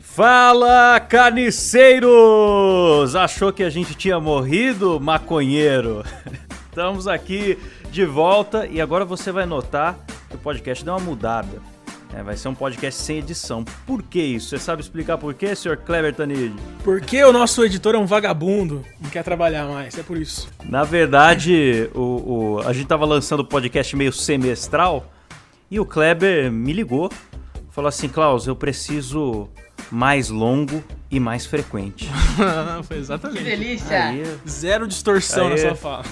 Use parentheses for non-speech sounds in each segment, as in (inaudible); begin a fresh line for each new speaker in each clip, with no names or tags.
Fala, carniceiros! Achou que a gente tinha morrido, maconheiro? (laughs) Estamos aqui de volta e agora você vai notar que o podcast deu uma mudada. É, vai ser um podcast sem edição. Por que isso? Você sabe explicar por quê, senhor Kleber Tanid?
Porque o nosso editor é um vagabundo, não quer trabalhar mais, é por (laughs) isso.
Na verdade, o, o- a gente tava lançando o podcast meio semestral e o Kleber me ligou. Falou assim, Klaus, eu preciso mais longo e mais frequente.
Ah, Foi
Que
exatamente.
delícia!
Aí,
Zero distorção na
Aê.
sua (laughs) fala.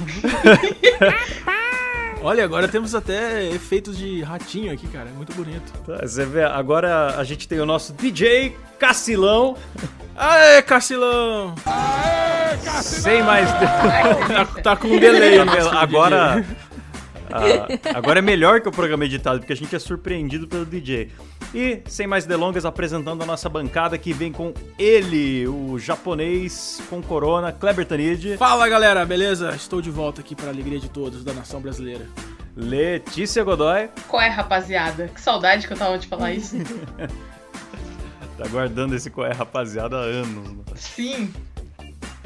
Olha, agora temos até efeitos de ratinho aqui, cara. É muito bonito.
tá, você vê, agora a gente tem o nosso DJ Cacilão,
Aê, Cacilão!
sem mais...
Tá, tá com um delay. o nosso
né? agora, ah, agora é melhor que o programa editado, porque a gente é surpreendido pelo DJ. E, sem mais delongas, apresentando a nossa bancada que vem com ele, o japonês com corona, Kleber Tanid,
Fala, galera, beleza? Estou de volta aqui para a alegria de todos da nação brasileira.
Letícia Godoy,
Qual é, rapaziada? Que saudade que eu tava de falar isso.
tá guardando esse coé rapaziada há anos. né?
Sim,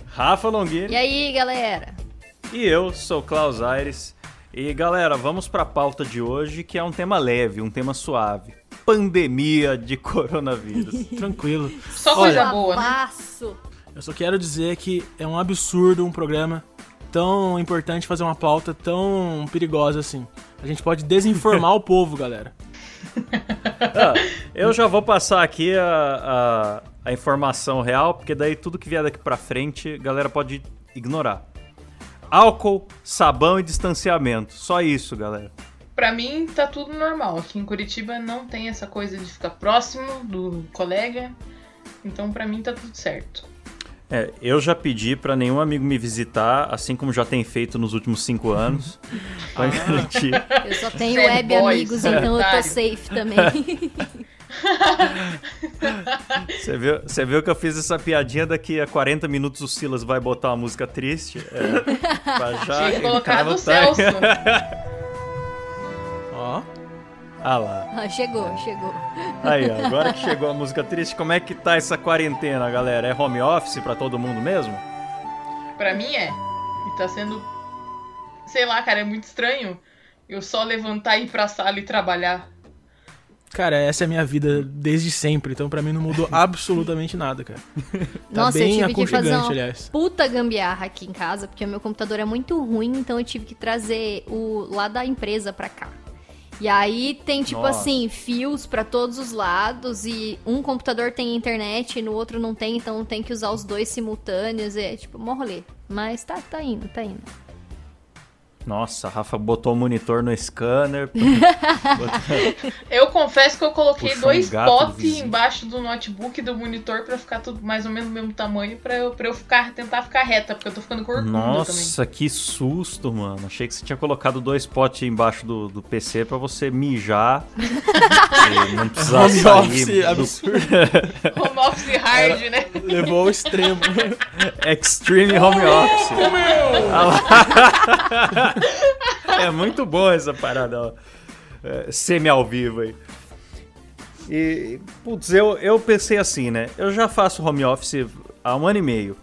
Rafa Longhi
E aí, galera?
e eu sou Klaus Aires. E galera, vamos pra pauta de hoje, que é um tema leve, um tema suave. Pandemia de (laughs) coronavírus.
Tranquilo.
só
Olha.
coisa
Um
boa, né?
Passo.
Eu só quero dizer que é um absurdo um programa tão importante fazer uma pauta tão perigosa assim. A gente pode desinformar (laughs) o povo, galera.
Ah, eu já vou passar aqui a, a- a informação real, porque daí tudo que vier daqui pra frente, a galera pode ignorar. Álcool, sabão e distanciamento. Só isso, galera.
Pra mim tá tudo normal. Aqui em Curitiba não tem essa coisa de ficar próximo do colega. Então pra mim tá tudo certo.
É, eu já pedi pra nenhum amigo me visitar, assim como já tem feito nos últimos cinco anos, pra garantir.
Eu só tenho
Sad
web
boy,
amigos, então eu tô
solitário.
safe
(laughs)
também.
Você viu, você viu que eu fiz essa piadinha daqui a 40 minutos o Silas vai botar uma música triste? É,
(laughs)
pra já
Tinha que colocar
encarar
do
o
Celso.
time.
Ó.
Ah lá.
Ah, chegou, chegou.
Aí, ó, agora que chegou a música triste, como é que tá essa quarentena, galera? É home office pra todo mundo mesmo?
Pra mim é. E tá sendo. Sei lá, cara, é muito estranho eu só levantar e ir pra sala e trabalhar.
Cara, essa é a minha vida desde sempre, então pra mim
(laughs)
não mudou absolutamente nada, cara. Tá
Nossa, eu
bem
tive que fazer um
aconchegante,
uma
aliás.
puta gambiarra aqui em casa, porque o meu computador é muito ruim, então eu tive que trazer o lá da empresa pra cá. E aí tem tipo
Nossa.
assim, fios pra todos os lados e um computador tem internet e no outro não tem, então tem que usar os dois simultâneos, e é tipo, mó rolê. Mas tá, tá indo, tá indo.
Nossa, a Rafa botou o monitor no
(laughs)
scanner.
Eu confesso que eu coloquei
Puxou um
dois
gato do
potes
vizinho.
embaixo do notebook e do monitor pra ficar tudo mais ou menos do mesmo tamanho pra eu, pra eu ficar tentar ficar reta, porque eu tô ficando corcunda também.
Nossa, que susto, mano. Achei que você tinha colocado dois potes embaixo do, do PC pra você
(laughs)
mijar. e não precisar
Home office
sair. do
absurdo.
Home
(laughs)
office hard, né?
Levou ao extremo. (laughs)
Extreme home office.
Então,
Ah lá. (laughs) é muito bom essa parada, ó. É, semi ao vivo aí. E, putz, eu, eu pensei assim, né? Eu já faço home office há um ano e meio.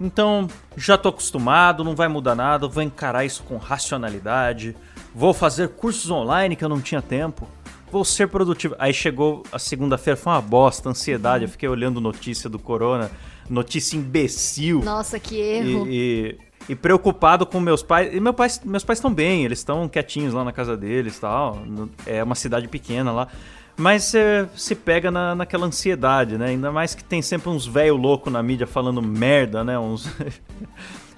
Então, já tô acostumado, não vai mudar nada, eu vou encarar isso com racionalidade. Vou fazer cursos online que eu não tinha tempo. Vou ser produtivo. Aí chegou a segunda-feira, foi uma bosta, ansiedade. Eu fiquei olhando notícia do Corona, notícia imbecil.
Nossa, que
E-
erro.
E, e preocupado com meus pais. E meu pai, meus pais estão bem, eles estão quietinhos lá na casa deles e tal. no- É uma cidade pequena lá. Mas você se pega na, naquela ansiedade, né? Ainda mais que tem sempre uns velho louco na mídia falando merda, né? Uns. (laughs)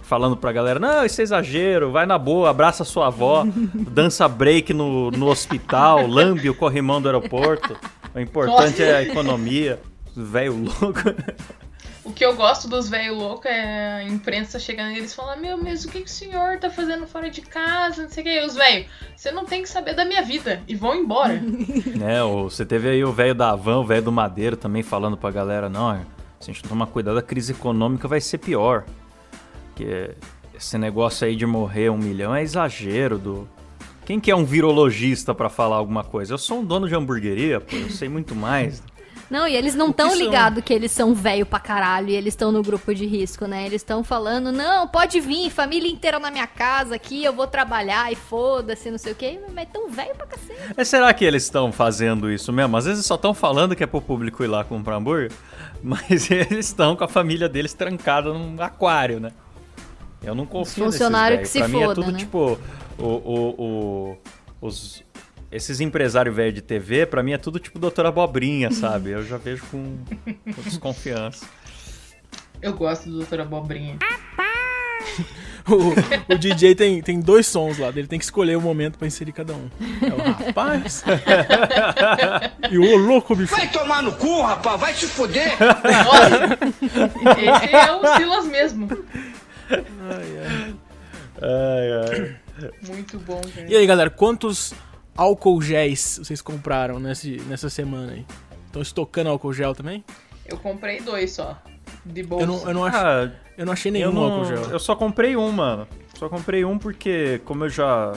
Falando pra galera, não, isso é exagero, vai na boa, abraça sua avó, dança break no, no hospital, lambe o corrimão do aeroporto. O importante é a economia. Velho louco.
O que eu gosto dos velho louco é a imprensa chegando e eles falando, meu, mas o que, que o senhor tá fazendo fora de casa? Não sei o que. E os velhos, você não tem que saber da minha vida. E vão embora.
(laughs) Né, o- você teve aí o velho da Havan, o velho do Madeiro também falando pra galera, não, é, se a gente não tomar cuidado, a crise econômica vai ser pior. Que esse negócio aí de morrer um milhão é exagero do... Quem que é um virologista pra falar alguma coisa? Eu sou um dono de hamburgueria, pô, eu sei muito mais.
Não, e eles não
O que
estão
são?
ligados que eles são velho pra caralho e eles estão no grupo de risco, né? Eles estão falando, não, pode vir, família inteira na minha casa aqui, eu vou trabalhar e foda-se, não sei o quê. Mas tão velho pra cacete.
Mas será que eles estão fazendo isso mesmo? Às vezes só estão falando que é pro público ir lá comprar hambúrguer, (laughs) mas eles estão com a família deles trancada num aquário, né? Eu não confio nesses
funcionário
velhos.
que se
pra mim é
foda,
tudo
né?
tipo o, o, o- os esses empresários velhos de TV, pra mim é tudo tipo doutora Abobrinha, sabe? Eu já vejo com, com desconfiança.
(laughs) Eu gosto do Doutor Abobrinha.
O, o DJ tem, tem dois sons lá, ele tem que escolher o momento pra inserir cada um. É
(laughs)
o rapaz. e o louco bicho.
Vai tomar no cu, rapaz, vai se fuder!
Esse é o Silas mesmo.
Ai, ai.
Muito bom, cara.
E aí, galera, quantos álcool géis vocês compraram nesse, nessa semana aí? Estão estocando álcool gel também?
Eu comprei dois só. De bolsa.
Eu não, eu, não ach-
Ah,
eu não achei
Eu,
nenhum
não,
álcool gel.
eu só comprei um, mano. Só comprei um porque, como eu já.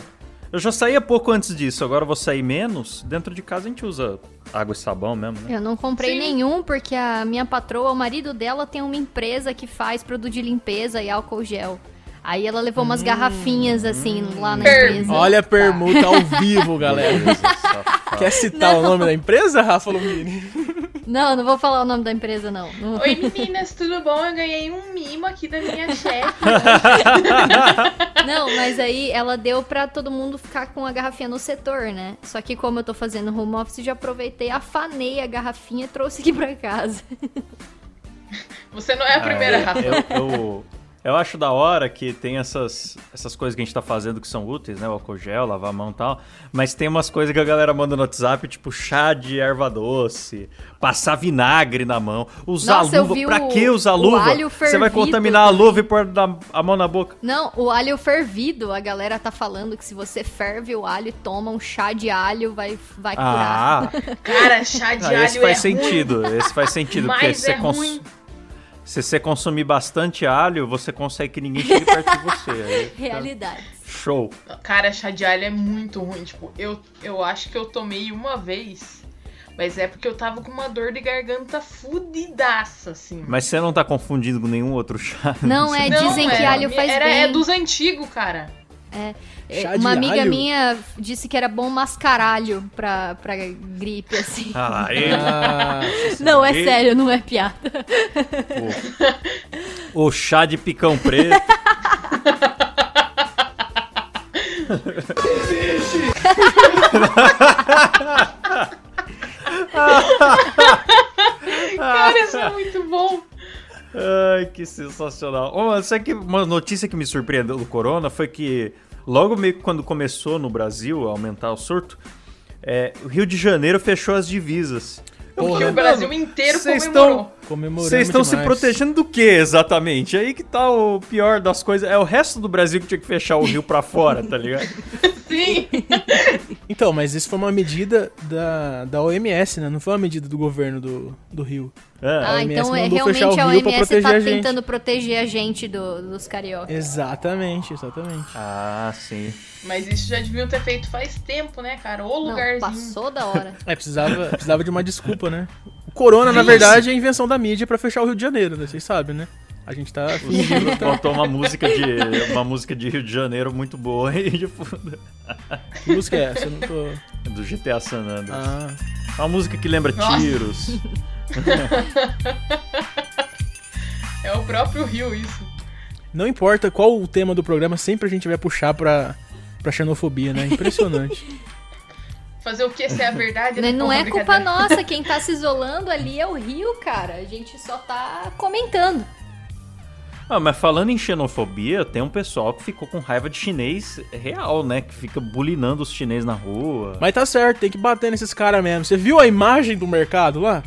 Eu já saía pouco antes disso, agora eu vou sair menos. Dentro de casa a gente usa água e sabão mesmo, né?
Eu não comprei
Sim.
nenhum porque a minha patroa, o marido dela, tem uma empresa que faz produto de limpeza e álcool gel. Aí ela levou
Hum.
umas garrafinhas assim lá na
Per-
empresa.
Olha a permuta ao
(laughs)
vivo, galera.
Beleza, safado.
Quer citar o nome da empresa, Rafa Lumini?
Não, não vou falar o nome da empresa, não. Não-
Oi meninas, tudo bom? Eu ganhei um mimo aqui da minha
(laughs)
chefe.
Não, mas aí ela deu pra todo mundo ficar com a garrafinha no setor, né? Só que como eu tô fazendo home office, já aproveitei, afanei a garrafinha e trouxe aqui pra casa.
Você não é a primeira,
Ah,
Rafa.
eu, eu, eu acho da hora que tem essas, essas coisas que a gente tá fazendo que são úteis, né? O álcool gel, lavar a mão e tal. Mas tem umas coisas que a galera manda no WhatsApp, tipo chá de erva doce, passar vinagre na mão, usar
Nossa, eu
luva.
vi
pra
o-
que usar
o
luva?
alho
Você vai
fervido
contaminar a
também.
luva e pôr na- a mão na boca.
Não, o alho fervido, a galera tá falando que se você ferve o alho e toma um chá de alho, vai, vai curar. (laughs)
Ah, (laughs)
Cara, chá É de
ah,
alho
esse faz
é
sentido. Esse faz sentido, porque
Mas
se você,
é
cons-
ruim.
se você consumir bastante alho, você consegue que ninguém chegue perto de você.
(laughs)
Aí fica
Realidade.
Show.
ruim. Cara, chá de alho é muito ruim. Tipo, eu, eu acho que eu tomei uma vez. Mas é porque eu tava com uma dor de garganta fudidaça, assim.
Mas você não tá confundindo com nenhum outro chá.
Não, é, dizem que
era-
alho faz
era,
bem.
É dos antigos, cara.
Chá de
Uma amiga
alho?
minha disse que era bom mascaralho pra, pra gripe, assim.
Ah, aí,
Ah,
(laughs) não, é
e-
sério, não é piada.
o, o chá de picão
(laughs)
preto. Ah.
Cara, isso é muito bom.
Ai, que sensacional. Ô, sabe que uma notícia que me surpreendeu do corona foi que logo meio que quando começou no Brasil a aumentar o surto, é, o Rio de Janeiro fechou as divisas. Eu
Porra.
Que
fiquei,
o Brasil
mano,
inteiro
vocês
comemorou.
comemorando
Vocês estão se protegendo do que exatamente? Aí que tá o pior das coisas. É o resto do Brasil que tinha que fechar o rio pra fora, tá ligado?
Sim.
Então, mas isso foi uma medida da, da OMS, né? Não foi uma medida do governo do, do Rio.
É.
Ah,
OMS
então é,
mandou fechar
realmente a
o Rio pra
OMS
proteger
tá
a gente.
tentando proteger a gente do- dos cariocas.
Exatamente, exatamente.
Ah, sim.
Mas isso já deviam ter feito faz tempo, né, cara? Ô
Não,
lugarzinho.
passou
(laughs)
da hora.
É, precisava, precisava de uma desculpa, né? O corona, na verdade, é a invenção da mídia pra fechar o Rio de Janeiro, né? Vocês sabem, né? A gente tá fingindo.
Botou uma música de uma música de Rio de Janeiro muito boa aí de fundo,
Que música é essa? Eu não tô.
do GTA San Andreas.
Ah.
Uma música que lembra
Nossa.
tiros.
É o próprio Rio, isso.
Não importa qual o tema do programa, sempre a gente vai puxar pra, pra xenofobia, né? Impressionante.
Fazer o que se é a verdade?
Né, Não
Porra,
é culpa
brincadeira.
nossa, quem tá se isolando ali é o Rio, cara. A gente só tá comentando.
Ah, mas falando em xenofobia, tem um pessoal que ficou com raiva de chinês real, né? Que fica bulinando os chinês na rua.
Mas tá certo, tem que bater nesses caras mesmo. Você viu a imagem do
(laughs)
mercado lá?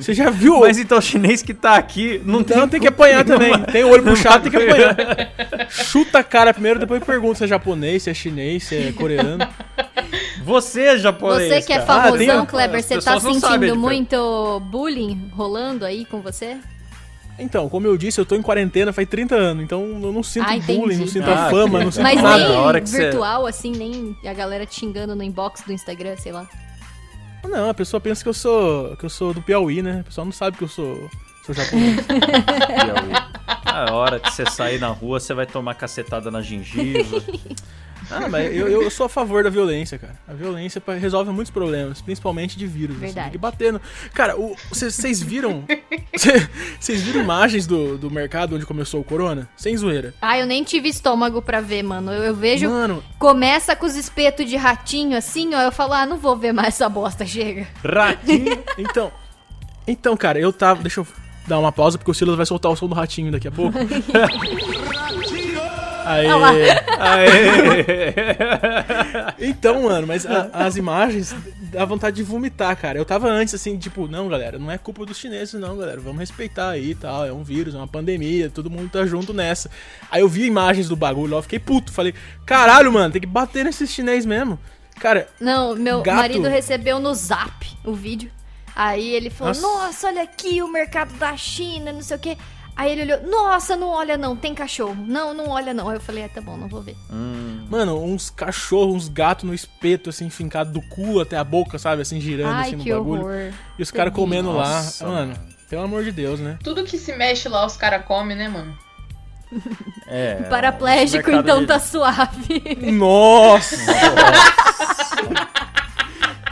Você já viu?
Mas então o chinês que tá aqui não
Então tem que apanhar também. Tem o olho puxado, tem que apanhar. Chuta a cara primeiro, depois pergunta se é japonês, se é chinês, se é coreano.
Você é japonês.
você que é
cara.
famosão,
tem-
Kleber,
Ah, um- as
você tá
pessoas não sabem a
sentindo
diferença.
muito bullying rolando aí com você?
Então, como eu disse, eu tô em quarentena faz 30 anos, então eu não sinto
Ah, entendi.
bullying, não sinto
Ah,
a fama, não
que
sinto
Mas
legal.
nada.
Na hora
nem
que você-
virtual, assim, nem a galera te xingando no inbox do Instagram, sei lá.
Não, a pessoa pensa que eu sou que eu sou do Piauí, né? O pessoal não sabe que eu sou, sou japonês.
Piauí. A hora que você sair na rua, você vai tomar cacetada na gengiva.
ah, mas eu, eu sou a favor da violência, cara. A violência pa- resolve muitos problemas, principalmente de vírus. Você
Verdade.
Tem que bater no... Cara, o- vocês vocês
(laughs)
viram... Vocês viram imagens do, do mercado onde começou o corona? Sem zoeira.
Ah, eu nem tive estômago pra ver, mano. Eu, eu vejo.
Mano,
Começa com os espetos de ratinho assim, ó. Eu falo, ah, não vou ver mais essa bosta, chega.
Ratinho.
então... Então, cara, eu tava... Deixa eu dar uma pausa, porque o Silas vai soltar o som do ratinho daqui a pouco.
(laughs)
Aê!
Aê.
Então, mano, mas a- as imagens dá vontade de vomitar, cara. Eu tava antes assim, tipo, não, galera, não é culpa dos chineses, não, galera. Vamos respeitar aí e tal. É um vírus, é uma pandemia, todo mundo tá junto nessa. Aí eu vi imagens do bagulho lá, eu fiquei puto. Falei, caralho, mano, tem que bater nesses chinês mesmo. Cara,
Não, meu
Gato.
marido recebeu no zap o vídeo. Aí ele falou:
Nossa.
Nossa. olha aqui o mercado da China, não sei o quê. Aí ele olhou: Nossa, não olha não, tem cachorro. Não, não olha não. Aí eu falei: É, tá bom, não vou ver.
mano, uns cachorros, uns gatos no espeto, assim, fincado do cu até a boca, sabe? Assim, girando
Ai,
assim no
que
bagulho.
horror.
E os caras comendo
Nossa,
lá. Mano,
mano.
pelo amor de Deus,
(laughs)
né?
Tudo que se mexe lá, os caras comem, né, mano?
É,
Um Paraplégico,
mercado
então
de-
(laughs)
tá suave.
Nossa,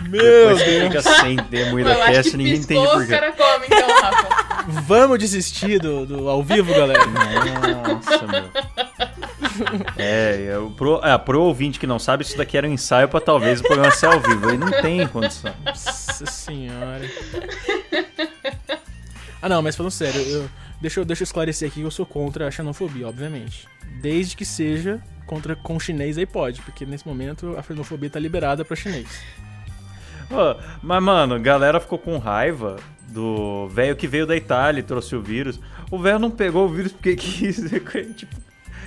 meu
Depois que
Deus.
fica sem
Mas eu
Demuida
acho
Cast,
que
ninguém
piscou,
entende por
os
quê.
caras comem, então,
(laughs)
Rafa.
Vamos desistir do, do ao vivo, galera.
Nossa, meu. É, eu, pro, ah, pro ouvinte que não sabe, isso daqui era um ensaio pra talvez o programa ser ao vivo. Aí não tem condição.
Nossa senhora. Ah, não, mas falando sério, eu- deixa, eu, deixa eu esclarecer aqui que eu sou contra a xenofobia, obviamente. Desde que seja contra com chinês aí pode, porque nesse momento a xenofobia tá liberada pra chinês.
Ô, mas, mano, galera ficou com raiva do velho que veio da Itália e trouxe o vírus. O velho não pegou o vírus porque (laughs) quis. Tipo,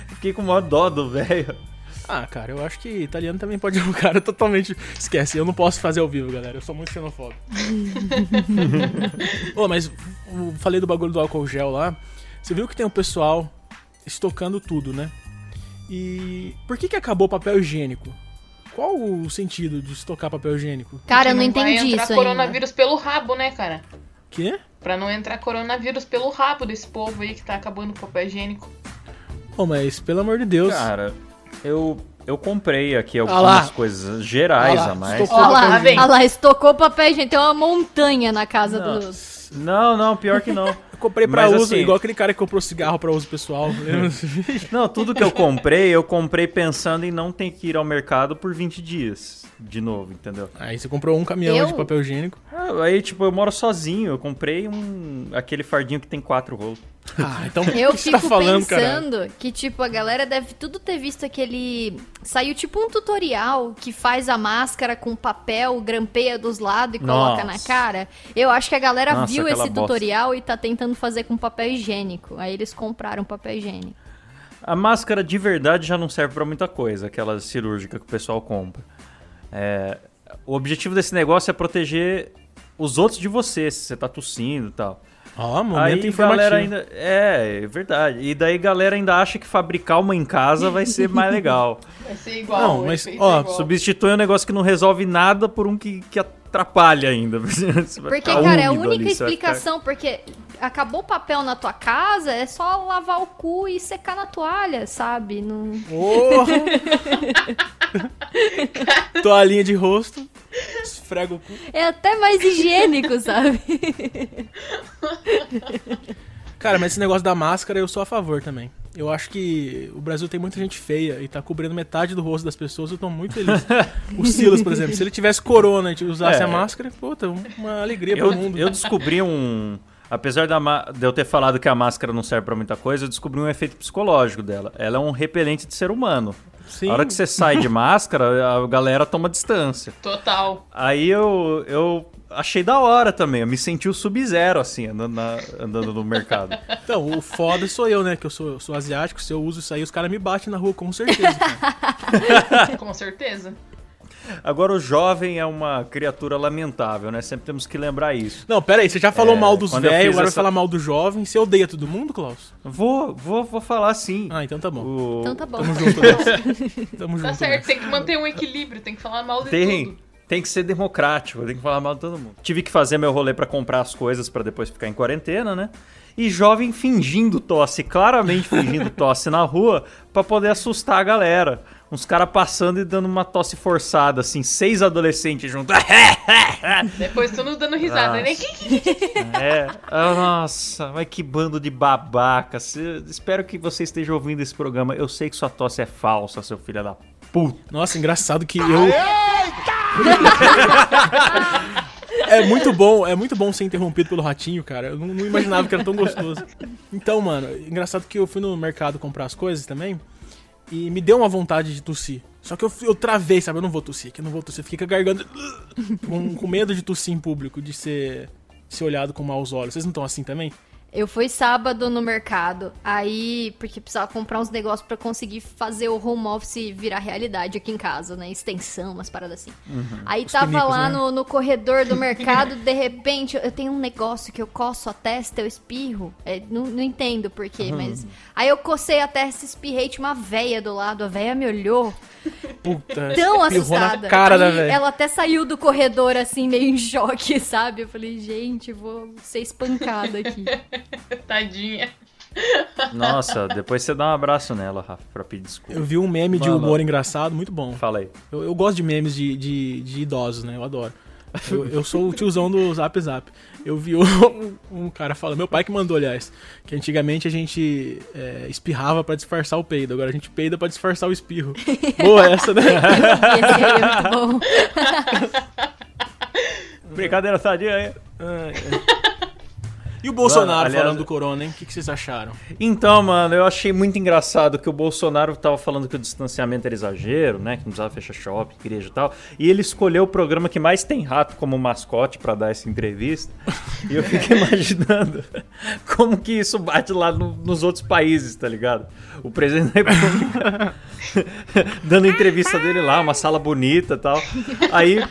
fiquei com o maior dó do velho.
Ah, cara, eu acho que italiano também pode (laughs) é um cara totalmente. Esquece, eu não posso fazer ao vivo, galera. Eu sou muito xenofóbico. Ô, mas eu falei do bagulho do álcool gel lá. Você viu que tem um pessoal estocando tudo, né? E por que que acabou o papel higiênico? Qual o sentido de estocar papel higiênico?
Cara, eu não
vai
entendi
entrar
isso ainda.
coronavírus pelo rabo, né, cara?
Quê?
Pra não entrar coronavírus pelo rabo desse povo aí que tá acabando com o papel higiênico.
Ô, mas pelo amor de Deus.
Cara, eu, eu comprei aqui
Ah lá.
algumas coisas gerais
Ah lá,
a mais.
estou-
Olha
Papel
lá,
higiênico.
olha lá, estocou papel gente. Tem uma montanha na casa do.
Não, não, pior que não.
Eu comprei pra
Mas,
uso,
assim,
igual aquele cara que comprou cigarro pra
(laughs)
uso pessoal. lembra?
Não, tudo que eu comprei, eu comprei pensando em não ter que ir ao mercado por 20 dias de novo, entendeu?
Aí você comprou um caminhão
Eu?
de papel higiênico.
Ah, Aí, tipo, eu moro sozinho, eu comprei um aquele fardinho que tem quatro rolos.
Ah,
(laughs)
então (laughs) o
Eu
que você
fico
tá falando, cara?
pensando que, tipo, a galera deve tudo ter visto aquele. Saiu tipo um tutorial que faz a máscara com papel, grampeia dos lados e coloca
Nossa.
na cara. Eu acho que a galera
Nossa,
viu
aquela
esse
bosta.
tutorial e tá tentando fazer com papel higiênico. Aí eles compraram papel higiênico.
A máscara de verdade já não serve pra muita coisa, aquela cirúrgica que o pessoal compra. É, o objetivo desse negócio é proteger os outros de você, se você tá tossindo e tal.
Ó, momento
aí
informativo.
galera ainda. É, é verdade. E daí galera ainda acha que fabricar uma em casa vai ser mais
(laughs)
legal.
Vai ser igual.
Não,
o
mas,
efeito
ó,
é igual.
Substitui um negócio que não resolve nada por um que, que atrapalha ainda. (laughs)
Porque, cara, é a única explicação, porque acabou o papel na tua casa, é só lavar o cu e secar na toalha, sabe? Não...
(laughs)
Porra! Toalhinha de rosto. Esfrega o cu.
É até mais higiênico, (laughs) sabe?
Cara, mas esse negócio da máscara eu sou a favor também. Eu acho que o Brasil tem muita gente feia e tá cobrindo metade do rosto das pessoas. Eu tô
(laughs)
muito feliz. o Silas, por exemplo, se ele tivesse corona e usasse
É.
a máscara, puta, uma alegria pro
Eu,
mundo.
eu descobri um. Apesar da ma- de eu ter falado que a máscara não serve pra muita coisa, eu descobri um efeito psicológico dela. Ela é um repelente de ser humano.
Sim.
A hora que você sai de máscara, a galera toma distância. (laughs)
Total.
Aí eu, eu achei da hora também. Eu me senti o sub-zero, assim, andando, na- andando no mercado.
Então, o foda sou eu, né? Que eu sou, sou asiático, se eu uso isso aí, os caras me batem na rua, com certeza. cara.
Com certeza.
Agora, o jovem é uma criatura lamentável, né? Sempre temos que lembrar isso.
Não, pera aí, você já falou
É,
mal dos
quando eu
velhos,
fiz
agora vai
essa-
falar mal do jovem. Você odeia todo mundo, Klaus?
Vou, vou, vou falar sim.
Ah, então tá bom.
O-
Então tá bom. (laughs)
Tamo junto, né? Tamo junto.
Tá
né?
certo, tem que manter um equilíbrio, tem que falar mal de
Tem.
tudo.
Tem que ser democrático, tem que falar mal de todo mundo. Tive que fazer meu rolê pra comprar as coisas pra depois ficar em quarentena, né? E jovem fingindo tosse, claramente
(laughs)
fingindo tosse na rua, pra poder assustar a galera. Uns caras passando e dando uma tosse forçada, assim, seis adolescentes
(laughs)
juntos.
Depois todo mundo dando
Ah.
risada, né?
É. Ah, Nossa, mas que bando de babacas. Eu Espero que você esteja ouvindo esse programa. Eu sei que sua tosse é falsa, seu filho da puta.
Nossa, engraçado que eu. (laughs) É muito bom, é muito bom ser interrompido pelo ratinho, cara. Eu não, não imaginava que era tão gostoso. Então, mano, engraçado que eu fui no mercado comprar as coisas também e me deu uma vontade de tossir. Só que eu, fui- eu travei, sabe? Eu não vou tossir, que eu não vou tossir. Eu Fiquei com a garganta (laughs) com, com medo de tossir em público, de ser, ser olhado com maus olhos. Vocês não estão assim também?
Eu fui sábado no mercado, aí, porque precisava comprar uns negócios pra conseguir fazer o home office virar realidade aqui em casa, né? Extensão, umas paradas assim. Aí tava
pinicos,
lá
né?
no, no corredor do mercado, de repente, eu tenho um negócio que eu coço a testa, eu espirro. É, não, não entendo por
Uhum.
quê, mas. Aí eu cocei a testa, espirrei, tinha uma véia do lado, a véia me olhou
Puta. espirrou
tão assustada.
na cara da
Aí
velha.
ela até saiu do corredor, assim, meio em choque, (laughs) sabe? Eu falei, gente, vou ser espancada aqui.
Tadinha.
Nossa, depois você dá um abraço nela, Rafa, pra pedir desculpa.
Eu vi um meme de
Mano.
humor engraçado, muito bom.
Fala aí.
Eu, eu gosto de memes de, de, de idosos, né? Eu adoro. Eu, eu sou o tiozão do Zap Zap. Eu vi um, (laughs) um cara falando, meu pai que mandou, aliás, que antigamente a gente é, espirrava pra disfarçar o peido, agora a gente peida pra disfarçar o espirro. Boa essa,
(laughs)
né?
Esse aí é muito bom.
Brincadeira sadia aí.
Ai, ai. E o Bolsonaro
Mano, aliás-
falando do corona, hein? O que, que vocês acharam?
Então, mano, eu achei muito engraçado que o Bolsonaro tava falando que o distanciamento era exagero, né? Que não precisava fechar shopping, igreja e tal. E ele escolheu o programa que mais tem rato como mascote pra dar essa entrevista. E eu fico (laughs) imaginando como que isso bate lá no- nos outros países, tá ligado? O presidente da República (laughs) dando entrevista dele lá, uma sala bonita e tal. Aí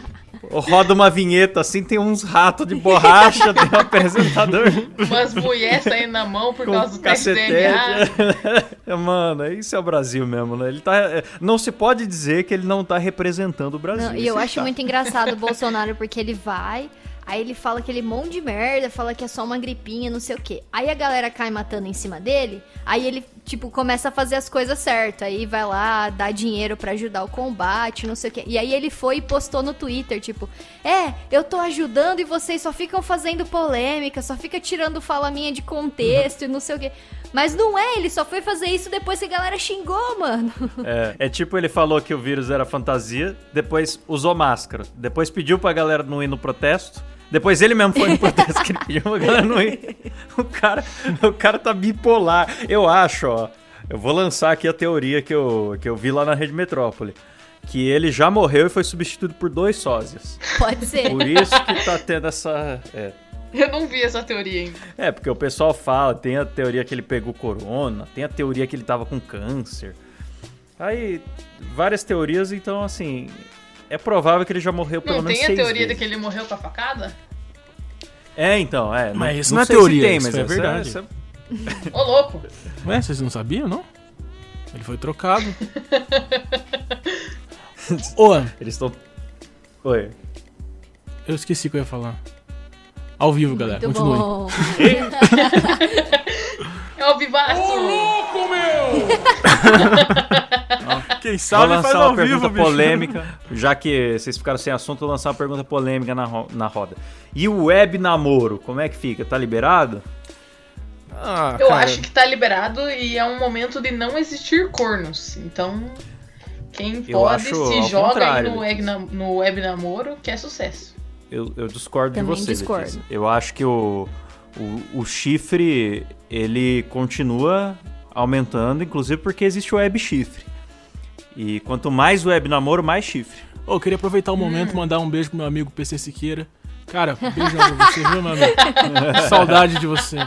roda uma vinheta assim, tem uns ratos de borracha, tem um apresentador
Umas mulheres saindo na mão por causa do teste
cacetete.
DNA.
É, (laughs) Mano, isso é o Brasil mesmo, né? Ele tá, é, não se pode dizer que ele não tá representando o Brasil.
Não, e
Isso
eu
ele
acho
tá.
muito engraçado o Bolsonaro, porque ele vai, aí ele fala aquele monte de merda, fala que é só uma gripinha, não sei o quê. Aí a galera cai matando em cima dele, aí ele, tipo, começa a fazer as coisas certas. Aí vai lá, dá dinheiro pra ajudar o combate, não sei o quê. E aí ele foi e postou no Twitter, tipo, é, eu tô ajudando e vocês só ficam fazendo polêmica, só fica tirando fala minha de contexto e não sei o quê. Mas não é, ele só foi fazer isso depois que a galera xingou, mano. (laughs)
É, é tipo ele falou que o vírus era fantasia, depois usou máscara, depois pediu pra galera não ir no protesto, depois ele mesmo foi no protesto que ele pediu pra galera não ir. O cara, o cara tá bipolar. Eu acho, ó. Eu vou lançar aqui a teoria que eu, que eu vi lá na Rede Metrópole. Que ele já morreu e foi substituído por dois sósias.
Pode ser.
Por isso que tá tendo essa. é.
Eu não vi essa teoria ainda.
É, porque o pessoal fala, tem a teoria que ele pegou corona, tem a teoria que ele tava com câncer. Aí, várias teorias, então, assim, é provável que ele já morreu pelo
Não
menos
tem a
seis
teoria de
vezes.
que ele morreu com a facada?
É, então, é.
Mas isso não é
sei
teoria,
se tem,
isso
mas
é
essa-
verdade.
essa-
Ô, louco!
Ué, vocês não sabiam, não? Ele
(laughs)
foi trocado. Ô,
eles estão... Oi.
eu esqueci o que eu ia falar. Ao vivo, Tipo, galera.
Muito
Continue.
(laughs) bom.
É o vivaço!
Quem
Vou lançar uma pergunta polêmica, já que vocês ficaram sem assunto, vou lançar uma pergunta polêmica na, ro- na roda. E o web namoro, como é que fica? Tá liberado?
Ah,
Eu
cara,
acho que tá liberado e é um momento de não existir cornos. Então, quem
Eu
pode
acho
se
ao
joga aí
contrário.
no web, nam- no web namoro, que é sucesso.
Eu, eu discordo
Também
de você.
discordo.
Letícia. Eu acho que o, o, o chifre ele continua aumentando, inclusive porque existe o web chifre. E quanto mais web namoro, mais chifre.
Ô, eu queria aproveitar o momento e
Hum.
mandar um beijo pro meu amigo PC Siqueira. Cara, beijão pra você, viu, meu amigo?
(laughs)
Saudade de você.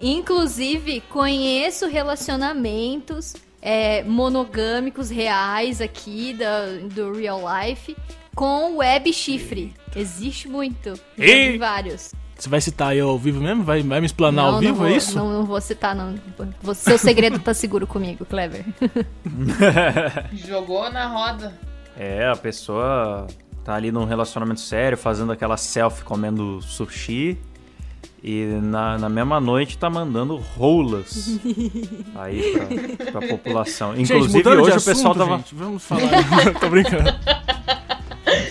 Inclusive, conheço relacionamentos é, monogâmicos reais aqui da, do real life com web chifre. Existe muito. Já vi
Eita.
vários.
Você vai citar aí ao vivo mesmo? Vai, vai me explanar ao vivo,
vou,
é isso?
Não, não vou citar, não. Você- Seu segredo tá seguro comigo,
(laughs)
Clever.
Jogou na roda.
É, a pessoa tá ali num relacionamento sério, fazendo aquela selfie comendo sushi. E na, na mesma noite tá mandando
(laughs)
rolas aí pra, pra população. Inclusive
mudando de
hoje
assunto,
o pessoal tava.
gente, vamos falar. (laughs) Tô brincando.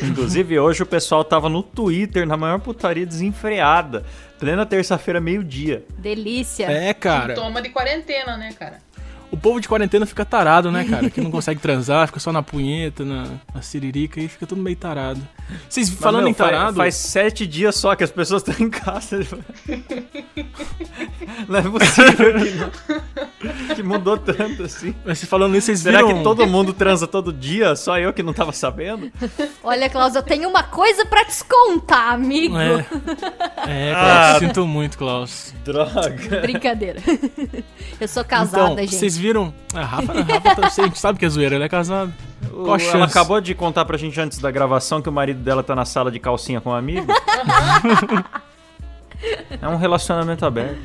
Inclusive, hoje o pessoal tava no Twitter, na maior putaria desenfreada. Plena terça-feira, meio-dia.
Delícia.
É, cara.
Toma de quarentena, né, cara?
O povo de quarentena fica tarado, né, cara? Que não consegue transar, fica só na punheta, na, na siririca e fica tudo meio tarado. Vocês
Mas,
falando
meu,
em
faz-
tarado.
Faz, sete dias só que as pessoas estão em casa. (laughs) Não é possível que, não- que mudou tanto assim.
Mas vocês falando isso, vocês
Será
viram...
que todo mundo transa todo dia? Só eu que não tava sabendo?
Olha, Klaus, eu tenho uma coisa pra te contar, amigo.
É,
(laughs)
é Klaus, sinto muito, Klaus.
Droga.
Brincadeira. (laughs) Eu sou casada,
então,
gente.
vocês viram... A Rafa, a Rafa tá- a gente sabe que é zoeira, ela é casada. Qual a
O-
chance?
Ela acabou de contar pra gente antes da gravação que o marido dela tá na sala de calcinha com um
(laughs)
amigo. é um relacionamento aberto.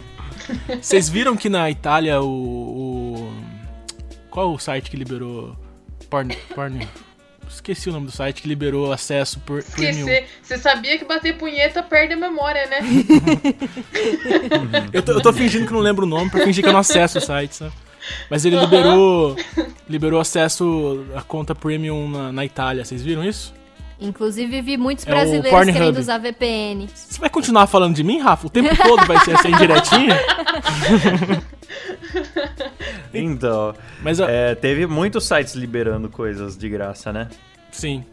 Vocês viram que na Itália o... o- Qual o site que liberou... Porn... Porn... Esqueci o nome do site que liberou acesso por premium.
Esquecer. Você sabia que bater punheta perde a memória,
(laughs)
né?
Eu tô, eu tô fingindo que não lembro o nome pra fingir que eu não acesso o site, sabe? Mas ele liberou liberou acesso à conta premium na, na Itália. Vocês viram isso?
Inclusive, vi muitos
É o
brasileiros
Pornhub.
querendo usar VPN.
Você vai continuar falando de mim, Rafa? O tempo todo vai ser assim, essa indiretinha?
Então,
Mas, ó,
(laughs)
é, teve muitos sites liberando coisas de graça, né?
sim.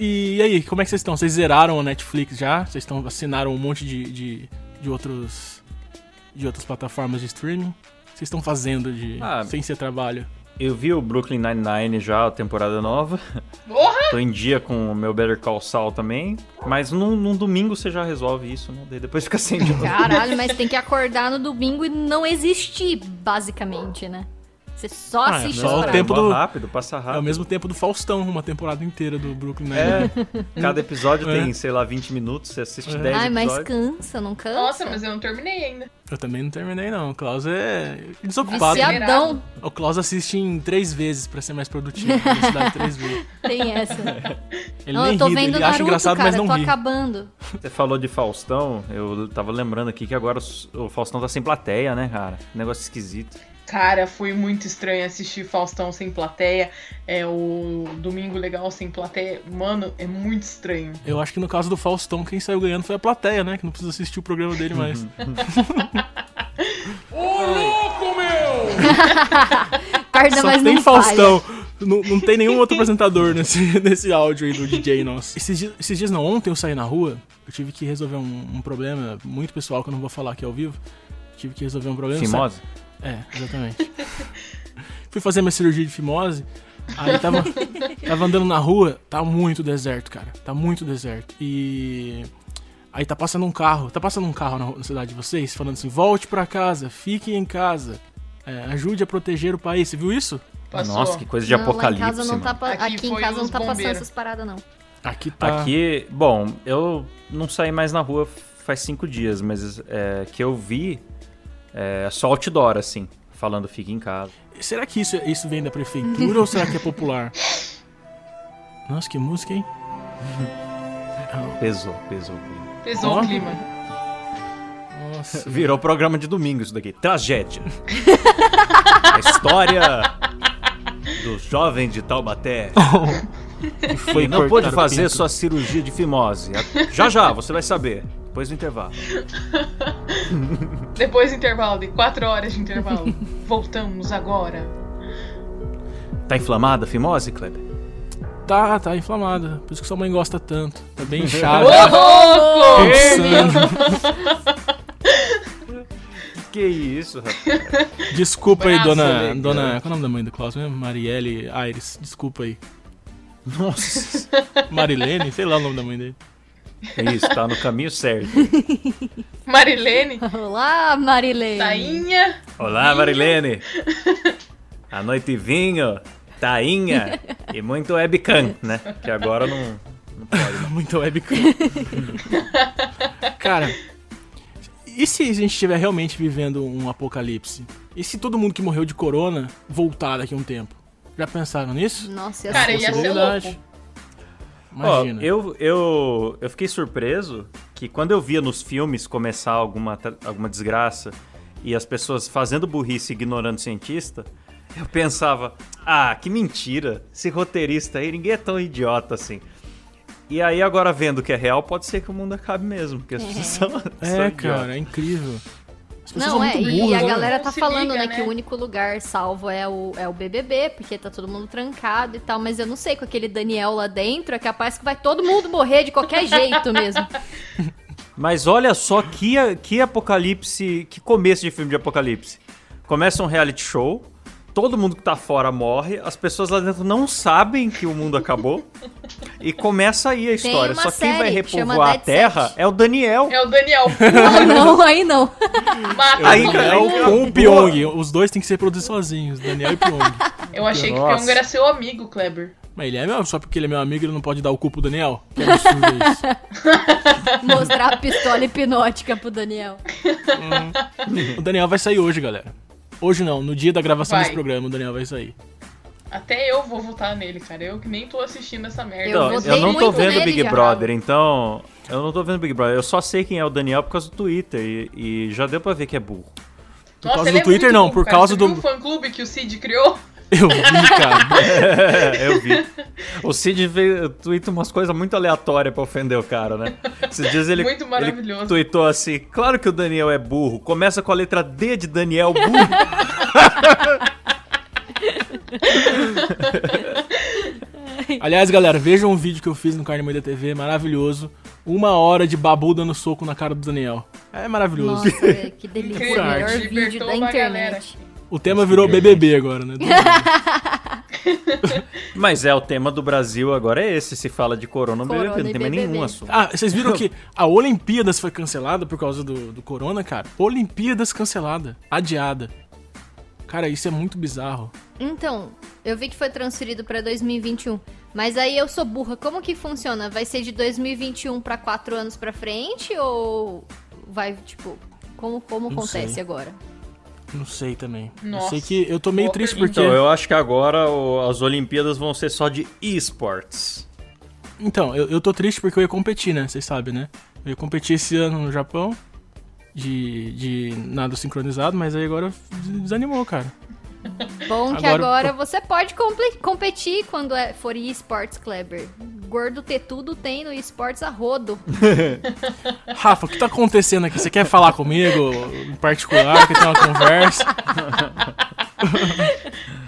E, e aí, como é que vocês estão? Vocês zeraram a Netflix já? Vocês estão assinaram um monte de, de, de outros de outras plataformas de streaming? Vocês estão fazendo de
Ah,
sem ser trabalho?
Eu vi o Brooklyn Nine-Nine já, a temporada nova.
Porra!
Tô em dia com o meu Better Call Saul também. Mas num, num domingo você já resolve isso, né? Daí depois fica sem de novo.
Caralho, mas tem que acordar no domingo e não existir, basicamente, né? Você só
Ah, é
assiste
só o
os
Não,
horários.
tempo
voa
do-
rápido, passa
É o
rápido.
mesmo tempo do Faustão, uma temporada inteira do Brooklyn Nine-Nine.
ah. É, cada episódio
É.
tem, sei lá, 20 minutos, você assiste
É.
10
Ai, mas
episódios.
cansa, não cansa?
Nossa, mas eu não terminei ainda.
Eu também não terminei, não. O Klaus é desocupado.
Viciadão
O Klaus assiste em três vezes pra ser mais produtivo. Ele dá três
(laughs)
vezes.
tem essa.
(laughs) Ele
Não,
nem
eu tô
ri,
vendo
ele acha
Naruto,
engraçado,
cara,
mas
eu tô
não ri.
acabando.
Você falou de Faustão, eu tava lembrando aqui que agora os- o Faustão tá sem plateia, né, cara? Negócio esquisito.
Cara, foi muito estranho assistir Faustão sem plateia. É o Domingo Legal sem plateia. Mano, é muito estranho.
Eu acho que no caso do Faustão, quem saiu ganhando foi a plateia, né? Que não precisa assistir o programa dele mais.
Uhum.
Parda,
Só
mas
tem
não
Faustão. Não, não tem nenhum
(laughs)
outro apresentador nesse, nesse áudio aí do DJ nosso. Esses dias, esses dias não, ontem eu saí na rua, eu tive que resolver um, um problema muito pessoal que eu não vou falar aqui ao vivo. Tive que resolver um problema. sabe?
Fimose?
É, exatamente. (laughs) Fui fazer minha cirurgia de fimose, aí tava, tava andando na rua, tá muito deserto, cara. Tá muito deserto. E. Aí tá passando um carro, tá passando um carro na, ru- na cidade de vocês, falando assim: volte pra casa, fique em casa, é, ajude a proteger o país. Você viu isso?
Passou.
Nossa, que coisa de
Não,
apocalipse.
lá em casa não
mano.
tá, pa-
Aqui
aqui, em
foi
casa não
os
tá passando
bombeiros.
essas paradas, não.
Aqui tá.
Aqui, bom, eu não saí mais na rua faz cinco dias, mas é, que eu vi é, só outdoor, assim, falando fique em casa.
Será que isso, isso vem da prefeitura ou será que é popular? Nossa, que música, hein?
Pesou, pesou. pesou.
Pesou
Ó.
o clima.
(laughs)
Nossa.
Virou programa de domingo isso daqui. (laughs) Tragédia. A história do jovem de Taubaté. que foi não pôde
cortar o
fazer
pinto.
sua cirurgia de fimose. Já já, você vai saber. Depois do intervalo.
Depois do intervalo, de quatro horas de intervalo. Voltamos agora.
Tá inflamada a fimose, Kleber?
Tá, tá inflamada. Por isso que sua mãe gosta tanto. Tá
(laughs)
bem tá inchada.
Louco!
Insano.
Que isso, rapaz.
Desculpa aí,
Braço,
dona.
né,
dona qual é o nome da mãe do Klaus mesmo? Marielle Aires. Desculpa aí.
Nossa.
Marilene, sei lá o nome da mãe dele.
Isso, tá no caminho certo.
Marilene,
Olá, Marilene.
Tá Tainha.
Olá, Marilene! A noite vinho,
(laughs)
tainha e muito webcam, né? Que agora não, não pode.
(laughs)
mais.
Muita webcam. Cara, e se a gente estiver realmente vivendo um apocalipse? E se todo mundo que morreu de corona voltar daqui a um tempo? Já pensaram nisso?
Nossa, eu
Cara,
sou
ia ser
Possibilidade.
louco.
Imagina.
Ó, eu, eu, eu fiquei surpreso que quando eu via nos filmes começar alguma, tra- alguma desgraça e as pessoas fazendo burrice e ignorando o cientista, eu pensava, ah, que mentira, esse roteirista aí, ninguém é tão idiota assim. E aí agora vendo que é real, pode ser que o mundo acabe mesmo, porque as pessoas são, (laughs) são
É,
idiotas.
cara, é incrível. As pessoas
Não,
são
é,
muito
e
burras,
a
né?
galera
Não
tá
se
falando,
liga,
né,
né?
que o único lugar salvo é o, é o BBB, porque tá todo mundo trancado e tal, mas eu não sei, com aquele Daniel lá dentro, é capaz que vai todo mundo morrer de qualquer
(laughs)
jeito mesmo.
Mas olha só que, que apocalipse, que começo de filme de apocalipse. Começa um reality show, todo mundo que tá fora morre, as pessoas lá dentro não sabem que o mundo acabou. e começa aí a história.
uma
Só quem vai
série que chama
repovoar a
Dead
Terra
Set.
é o Daniel.
É o Daniel.
não, não, aí não.
Mata
Aí,
o
cara,
Daniel
eu-
com é o Pyong. Os dois têm que ser produzidos sozinhos, Daniel e Pyong.
Eu achei que o
Nossa.
Pyong era seu amigo, Kleber.
Mas ele é meu, só porque ele é meu amigo, ele não pode dar o cu pro Daniel? Que absurdo é isso.
Mostrar a pistola hipnótica pro Daniel.
O Daniel vai sair hoje, galera. Hoje não, no dia da gravação
Vai.
desse programa, o Daniel vai sair.
Até eu vou votar nele, cara. Eu que nem tô assistindo essa merda.
Eu
Então,
mas
eu,
votei
não tô
muito
vendo
nele
Big
já.
Brother, então. Eu não tô vendo Big Brother. Eu só sei quem é o Daniel por causa do Twitter. E, e já deu pra ver que é burro.
Nossa,
causa
ele é
do Twitter,
muito
não,
bom,
por
cara.
causa
Você
do-
Viu o fã-clube que o Cid criou?
Eu vi, cara.
É, (laughs) eu vi. O Cid veio, tweeta umas coisas muito aleatórias pra ofender o cara, né? Esses dias ele,
Muito maravilhoso.
ele tweetou assim, claro que o Daniel é burro. Começa com a letra D de Daniel
(laughs)
burro.
Aliás, galera, vejam um vídeo que eu fiz no Carne Moída TV, maravilhoso. Uma hora de babu dando soco na cara do Daniel. É maravilhoso.
Nossa, velho, que delícia.
Incrível,
o melhor
libertou
vídeo da
uma galera.
internet.
(laughs) O tema virou BBB agora,
(laughs)
né?
Mas é, o tema do Brasil agora é esse. Se fala de corona,
Corona
BBB, não
e
tem mais
BBB.
nenhum assunto.
Ah, vocês viram que a Olimpíadas foi cancelada por causa do, do corona, cara? Olimpíadas cancelada, adiada. Cara, isso é muito bizarro.
Então, eu vi que foi transferido pra 2021, mas aí eu sou burra. Como que funciona? Vai ser de 2021 pra 4 anos pra frente ou vai tipo como como
Não
acontece
sei.
agora?
Não sei também.
Nossa,
eu sei que eu tô meio
boa
triste
pergunta.
porque.
Então, eu acho que agora o- as Olimpíadas vão ser só de esportes.
Então, eu, eu tô triste porque eu ia competir, né? Vocês sabem, né? Eu ia competir esse ano no Japão de, de nada sincronizado, mas aí agora desanimou, cara.
Bom que
Agora-
agora você pode comple- competir quando é, for eSports Kleber. Gordo ter tudo tem no eSports a rodo. (laughs)
Rafa, o que tá acontecendo aqui? Você quer falar comigo em particular? Quer ter uma conversa?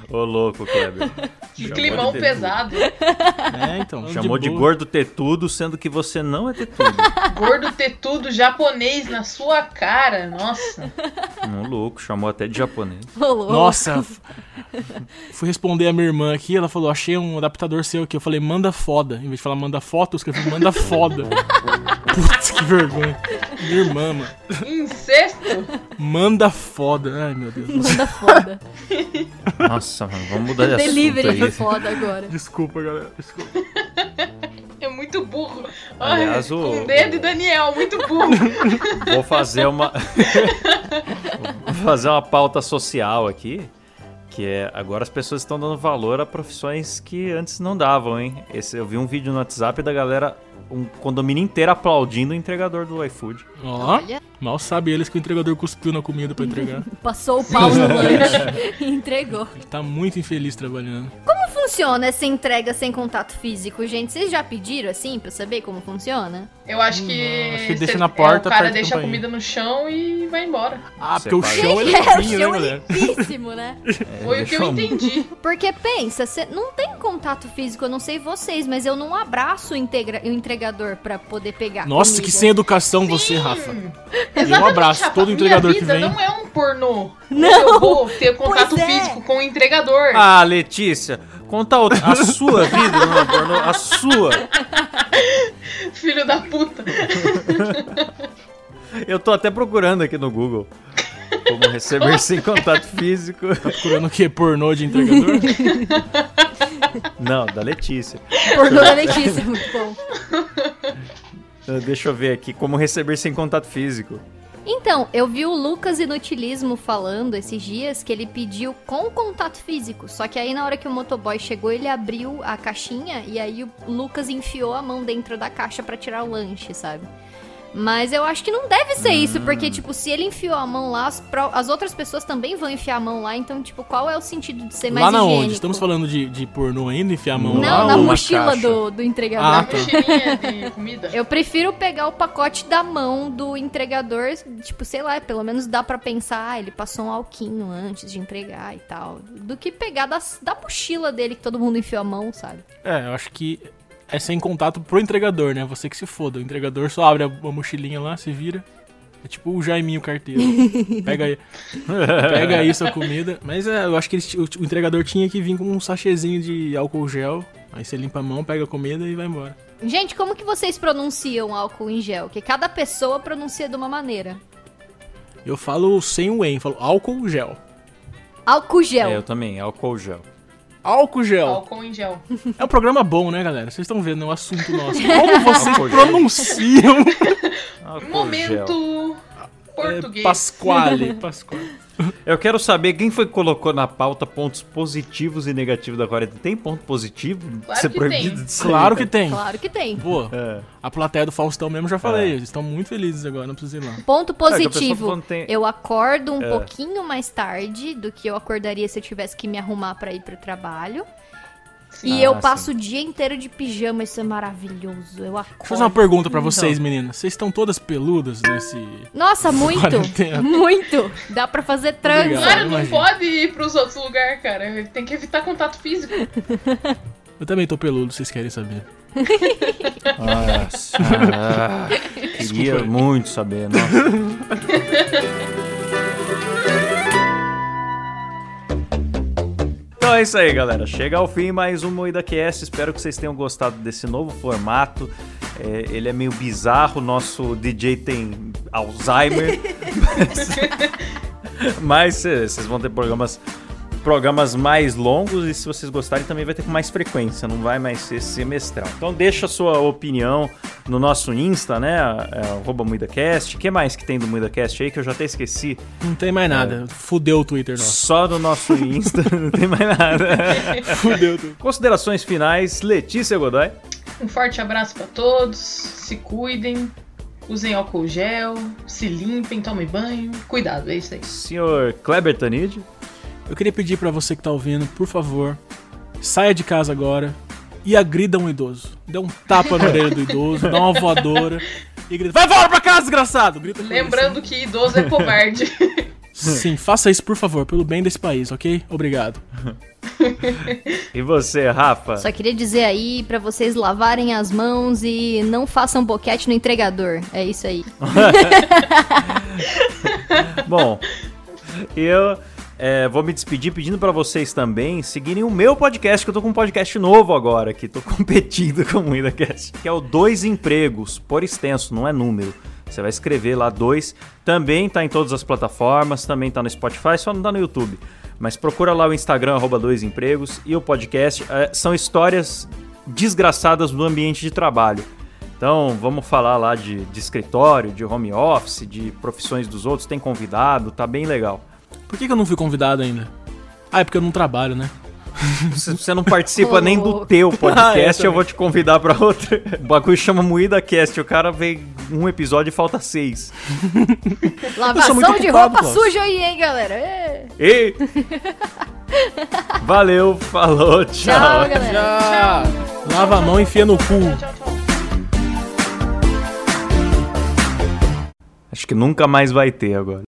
Ô, louco,
(laughs)
Kleber.
Que
Chamou
climão
de-
pesado.
É, então.
Chamou de,
boa.
gordo ter tudo, sendo que você não é ter tudo.
Gordo ter tudo japonês na sua cara. Nossa.
um louco, chamou até de japonês.
Rolou.
Nossa! f- Fui responder a minha irmã aqui, ela falou: achei um adaptador seu aqui. Eu falei, manda foda. Em vez de falar manda foto, eu escrevi manda foda. Putz, que vergonha. Minha irmã, mano.
Incesto.
Manda foda. Ai, meu Deus. do céu.
Manda
(laughs)
foda.
Nossa, mano, vamos mudar de assunto
Delivery
aí.
é foda agora.
Desculpa, galera. Desculpa.
É muito burro.
Aliás,
Ai,
o-
Um dedo e Daniel, muito burro.
Vou fazer uma. (laughs) Vou fazer uma pauta social aqui. Que é. Agora as pessoas estão dando valor a profissões que antes não davam, hein? Esse, eu vi um vídeo no WhatsApp da galera. Um condomínio inteiro aplaudindo o entregador do iFood.
Ó,
Olha.
mal sabe eles que o entregador cuspiu na comida pra
(laughs)
entregar.
Passou o
(laughs)
pau no lanche (laughs) e entregou.
Ele tá muito infeliz trabalhando.
Como funciona essa entrega sem contato físico, gente? Vocês já pediram assim pra eu saber como funciona?
Eu acho
Hum,
que.
acho que
cê-
deixa na
é,
porta,
o cara
aperta
deixa
a
a comida no chão e vai embora.
Ah,
Você
porque o
paga.
chão é
(laughs) é, o
limpinho,
chão
né,
é
galera?
limpíssimo,
(laughs)
né?
É,
Foi o que
deixa
eu entendi.
um
Porque pensa, cê não tem contato físico, eu não sei vocês, mas eu não abraço o, integra- o entregador pra poder pegar.
Nossa,
comida.
que sem educação você, Rafa. E um
Exatamente,
abraço,
Rafa.
todo entregador
Minha
que
vida
vem.
não é um
(laughs)
pornô. Não. Eu vou ter contato
Pois é.
físico com o entregador.
Ah, Letícia, conta outra- a sua vida, não, Bruno, a sua.
(laughs) Filho da puta.
Eu tô até procurando aqui no Google. Como receber sem contato físico.
Procurando o quê? Pornô de
(laughs)
entregador?
Não, da Letícia.
(laughs) Pornô da Letícia, é muito bom.
Uh, Deixa eu ver aqui, como receber sem contato físico.
Então, eu vi o Lucas Inutilismo falando esses dias que ele pediu com contato físico. Só que aí na hora que o motoboy chegou, ele abriu a caixinha e aí o Lucas enfiou a mão dentro da caixa pra tirar o lanche, sabe? Mas eu acho que não deve ser isso,
Hum.
porque, tipo, se ele enfiou a mão lá, as, pro- as outras pessoas também vão enfiar a mão lá. Então, tipo, qual é o sentido de ser mais
Lá na
higiênico?
onde? Estamos falando de, de pornô ainda, enfiar a mão
Não,
lá?
Não, na
ou na
mochila
caixa?
do, do entregador.
Ah,
Uma
tá.
mochilinha de comida.
Eu prefiro pegar o pacote da mão do entregador, tipo, sei lá, pelo menos dá pra pensar, ah, ele passou um alquinho antes de entregar e tal, do que pegar das- da mochila dele que todo mundo enfiou a mão, sabe?
É, eu acho que é sem contato pro entregador, né? Você que se foda. O entregador só abre a a mochilinha lá, se vira. É tipo o Jaiminho
(laughs)
carteiro. Pega aí. Pega aí sua comida. Mas é, eu acho que eles ti- o, o entregador tinha que vir com um sachêzinho de álcool gel. Aí você limpa a mão, pega a comida e vai embora.
Gente, como que vocês pronunciam álcool em gel? Que cada pessoa pronuncia de uma maneira.
Eu falo sem o em, falo álcool gel.
Álcool gel.
É, eu também, álcool gel.
Álcool gel.
Álcool em gel.
É um programa bom, né, galera? Vocês estão vendo, é um assunto nosso. Como vocês
Álcool gel.
pronunciam
Álcool gel.
Momento
É,
português.
Pasquale. Pasquale.
Eu quero saber quem foi que colocou na pauta pontos positivos e negativos da quarentena. Tem ponto positivo? é
Claro que tem.
de sair,
Claro que
cara?
tem.
Claro que tem.
Pô,
É.
a plateia do Faustão mesmo, já falei. Eles estão muito felizes agora, não precisa ir lá.
Ponto
que a pessoa
positivo,
quando tem-
eu acordo um
É.
pouquinho mais tarde do que eu acordaria se eu tivesse que me arrumar pra ir pro trabalho.
Sim.
E eu
Ah,
passo o dia inteiro de pijama, isso é maravilhoso. Eu acordo.
Deixa eu fazer uma pergunta pra vocês, meninas. Vocês estão todas peludas nesse...
Nossa, muito!
Quarentena.
muito! Dá pra fazer trança.
Obrigado.
Claro, não
Imagina.
pode ir pros outros lugares, cara. Tem que evitar contato físico.
Eu também tô peludo, vocês querem saber.
Nossa. (laughs) Ah, queria muito saber, nossa. (laughs) Então é isso aí, galera. Chega ao fim mais um Moída QS. Espero que vocês tenham gostado desse novo formato. É, ele é meio bizarro. Nosso DJ tem Alzheimer. Mas é, vocês vão ter programas programas mais longos e se vocês gostarem também vai ter com mais frequência, não vai mais ser semestral. Então deixa a sua opinião no nosso Insta, né? É, Arroba MuidaCast. O que mais que tem do MuidaCast aí que eu já até esqueci?
Não tem mais nada. Fudeu o Twitter nosso.
Só no nosso Insta, (laughs) não tem mais nada.
Fudeu o Twitter.
Considerações finais, Letícia Godoy.
Um forte abraço pra todos. Se cuidem. Usem álcool gel. Se limpem, tomem banho. Cuidado, é isso aí.
Senhor Kleber Tanid.
Eu queria pedir pra você que tá ouvindo, por favor, saia de casa agora e agrida um idoso. Dê um tapa na orelha do idoso, dá uma voadora e grita... Vai embora pra casa, desgraçado! Grita com ele,
Lembrando que idoso é covarde.
Sim, faça isso, por favor, pelo bem desse país, ok? Obrigado.
E você, Rafa.
Só queria dizer aí pra vocês lavarem as mãos e não façam boquete no entregador. É isso aí.
Bom, eu é, vou me despedir pedindo pra vocês também seguirem o meu podcast, que eu tô com um podcast novo agora, que tô (laughs) competindo com o IdaCast, que é o Dois Empregos, por extenso, não é número. Você vai escrever lá dois. Também tá em todas as plataformas, também tá no Spotify, só não tá no YouTube. Mas procura lá o Instagram, arroba dois empregos, e o podcast. é, são histórias desgraçadas do ambiente de trabalho. Então, vamos falar lá de, de escritório, de home office, de profissões dos outros. Tem convidado, tá bem legal.
Por que, que eu não fui convidado ainda? Ah, é porque eu não trabalho, né?
Se você não participa
Ô,
nem do
louco.
teu
Ah, é,
podcast,
também.
eu vou te convidar pra outro. O bagulho chama Moída Cast. O cara vê um episódio e falta seis.
Lavação
muito
de
ocupado,
roupa
Klaus.
suja aí, hein, galera? É.
Ei!
(laughs)
Valeu, falou, tchau.
Tchau, galera.
Tá, Já! Lava a mão e enfia no cu.
Tchau, tchau.
Acho que nunca mais vai ter agora.